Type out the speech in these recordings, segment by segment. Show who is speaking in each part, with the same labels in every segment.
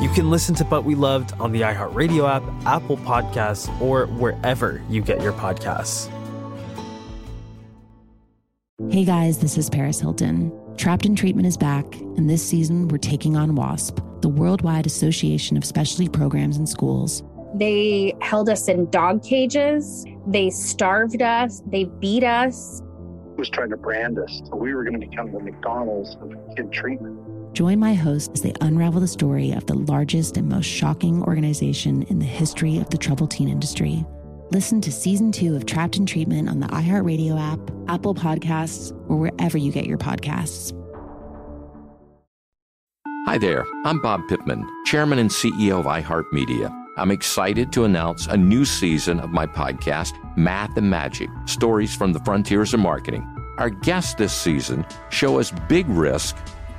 Speaker 1: You can listen to But We Loved on the iHeartRadio app, Apple Podcasts, or wherever you get your podcasts.
Speaker 2: Hey guys, this is Paris Hilton. Trapped in Treatment is back, and this season we're taking on WASP, the Worldwide Association of Specialty Programs and Schools.
Speaker 3: They held us in dog cages, they starved us, they beat us.
Speaker 4: Was trying to brand us. So we were going to become the McDonald's of kid treatment.
Speaker 2: Join my host as they unravel the story of the largest and most shocking organization in the history of the troubled teen industry. Listen to season two of Trapped in Treatment on the iHeartRadio app, Apple Podcasts, or wherever you get your podcasts.
Speaker 5: Hi there, I'm Bob Pittman, Chairman and CEO of iHeartMedia. I'm excited to announce a new season of my podcast, Math and Magic Stories from the Frontiers of Marketing. Our guests this season show us big risk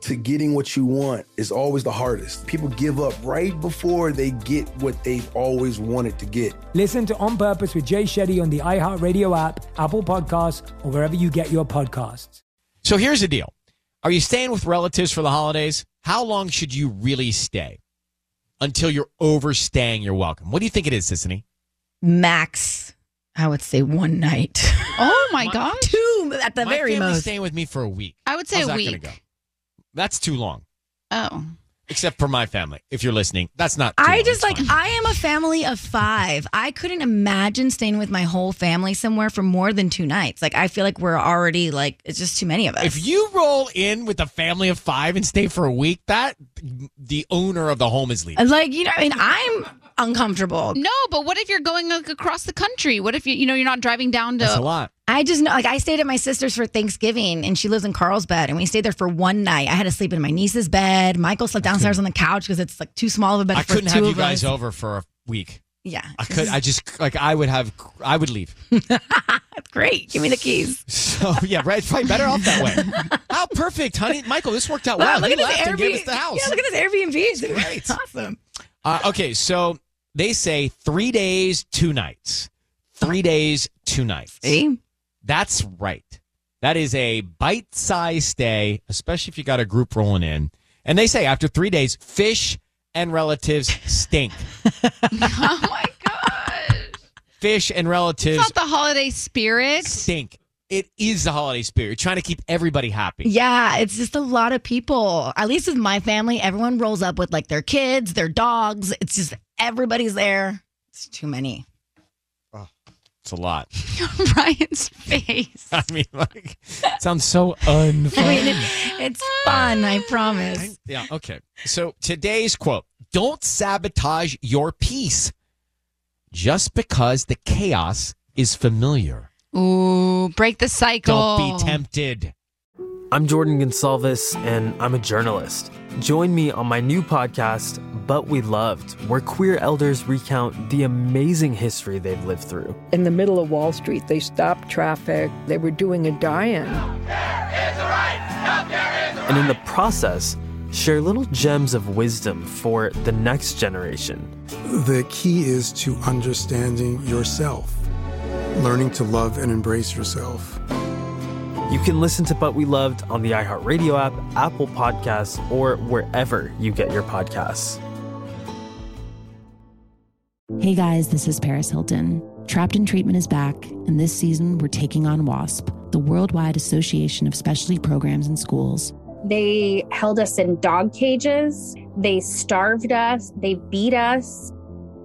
Speaker 6: to getting what you want is always the hardest. People give up right before they get what they've always wanted to get.
Speaker 7: Listen to On Purpose with Jay Shetty on the iHeartRadio app, Apple Podcasts, or wherever you get your podcasts.
Speaker 8: So here's the deal Are you staying with relatives for the holidays? How long should you really stay? Until you're overstaying your welcome. What do you think it is, Sissany?
Speaker 9: Max, I would say one night.
Speaker 10: Oh my, my gosh.
Speaker 9: Two at the
Speaker 8: my
Speaker 9: very most.
Speaker 8: staying with me for a week.
Speaker 10: I would say
Speaker 8: How's
Speaker 10: a
Speaker 8: that
Speaker 10: week.
Speaker 8: Gonna go? That's too long.
Speaker 10: Oh.
Speaker 8: Except for my family. If you're listening, that's not. too
Speaker 9: I
Speaker 8: long.
Speaker 9: just
Speaker 8: It's
Speaker 9: like,
Speaker 8: fine.
Speaker 9: I am a family of five. I couldn't imagine staying with my whole family somewhere for more than two nights. Like, I feel like we're already, like, it's just too many of us.
Speaker 8: If you roll in with a family of five and stay for a week, that the owner of the home is leaving.
Speaker 9: like, you know, I mean, I'm uncomfortable.
Speaker 10: No, but what if you're going like across the country? What if you you know you're not driving down to
Speaker 8: That's a lot.
Speaker 9: I just know, like, I stayed at my sister's for Thanksgiving, and she lives in Carlsbad, and we stayed there for one night. I had to sleep in my niece's bed. Michael slept downstairs on the couch because it's like too small of a bed
Speaker 8: I
Speaker 9: for
Speaker 8: couldn't
Speaker 9: two
Speaker 8: have you
Speaker 9: of
Speaker 8: guys
Speaker 9: us.
Speaker 8: over for a week.
Speaker 9: Yeah,
Speaker 8: I could. I just like I would have. I would leave.
Speaker 9: that's great. Give me the keys.
Speaker 8: So yeah, right. It's probably better off that way. How perfect, honey, Michael. This worked out well.
Speaker 9: look
Speaker 8: He
Speaker 9: at this
Speaker 8: left and gave us
Speaker 9: Airbnb.
Speaker 8: the house.
Speaker 9: Yeah, look at this Airbnb.
Speaker 8: Great.
Speaker 9: It's awesome.
Speaker 8: Uh, okay, so they say three days, two nights. Three days, two nights.
Speaker 9: See,
Speaker 8: That's right. That is a bite sized stay, especially if you got a group rolling in. And they say after three days, fish and relatives stink.
Speaker 10: Oh my gosh.
Speaker 8: Fish and relatives
Speaker 10: It's not the holiday spirit.
Speaker 8: stink. It is the holiday spirit. You're trying to keep everybody happy.
Speaker 9: yeah, it's just a lot of people. At least with my family, everyone rolls up with like their kids, their dogs. It's just everybody's there. It's too many.
Speaker 8: It's a lot.
Speaker 10: Ryan's face.
Speaker 8: I mean, like, it sounds so unfun.
Speaker 9: I mean, it- it's fun. I promise.
Speaker 8: Yeah, okay. So today's quote Don't sabotage your peace just because the chaos is familiar.
Speaker 10: Ooh, break the cycle.
Speaker 8: Don't be tempted.
Speaker 1: I'm Jordan Gonsalves, and I'm a journalist. Join me on my new podcast, But We Loved, where queer elders recount the amazing history they've lived through.
Speaker 11: In the middle of Wall Street, they stopped traffic, they were doing a die in.
Speaker 1: And in the process, share little gems of wisdom for the next generation.
Speaker 12: The key is to understanding yourself, learning to love and embrace yourself.
Speaker 1: You can listen to But We Loved on the iHeartRadio app, Apple Podcasts, or wherever you get your podcasts.
Speaker 2: Hey guys, this is Paris Hilton. Trapped in Treatment is back, and this season we're taking on WASP, the Worldwide Association of Specialty Programs and Schools.
Speaker 3: They held us in dog cages. They starved us. They beat us.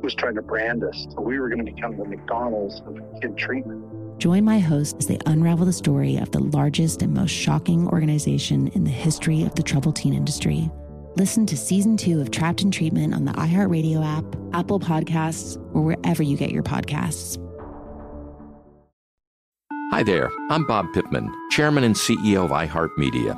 Speaker 4: was trying to brand us. So we were going to become the McDonald's of kid treatment.
Speaker 2: Join my hosts as they unravel the story of the largest and most shocking organization in the history of the troubled teen industry. Listen to season two of Trapped in Treatment on the iHeartRadio app, Apple Podcasts, or wherever you get your podcasts.
Speaker 5: Hi there, I'm Bob Pittman, Chairman and CEO of iHeartMedia.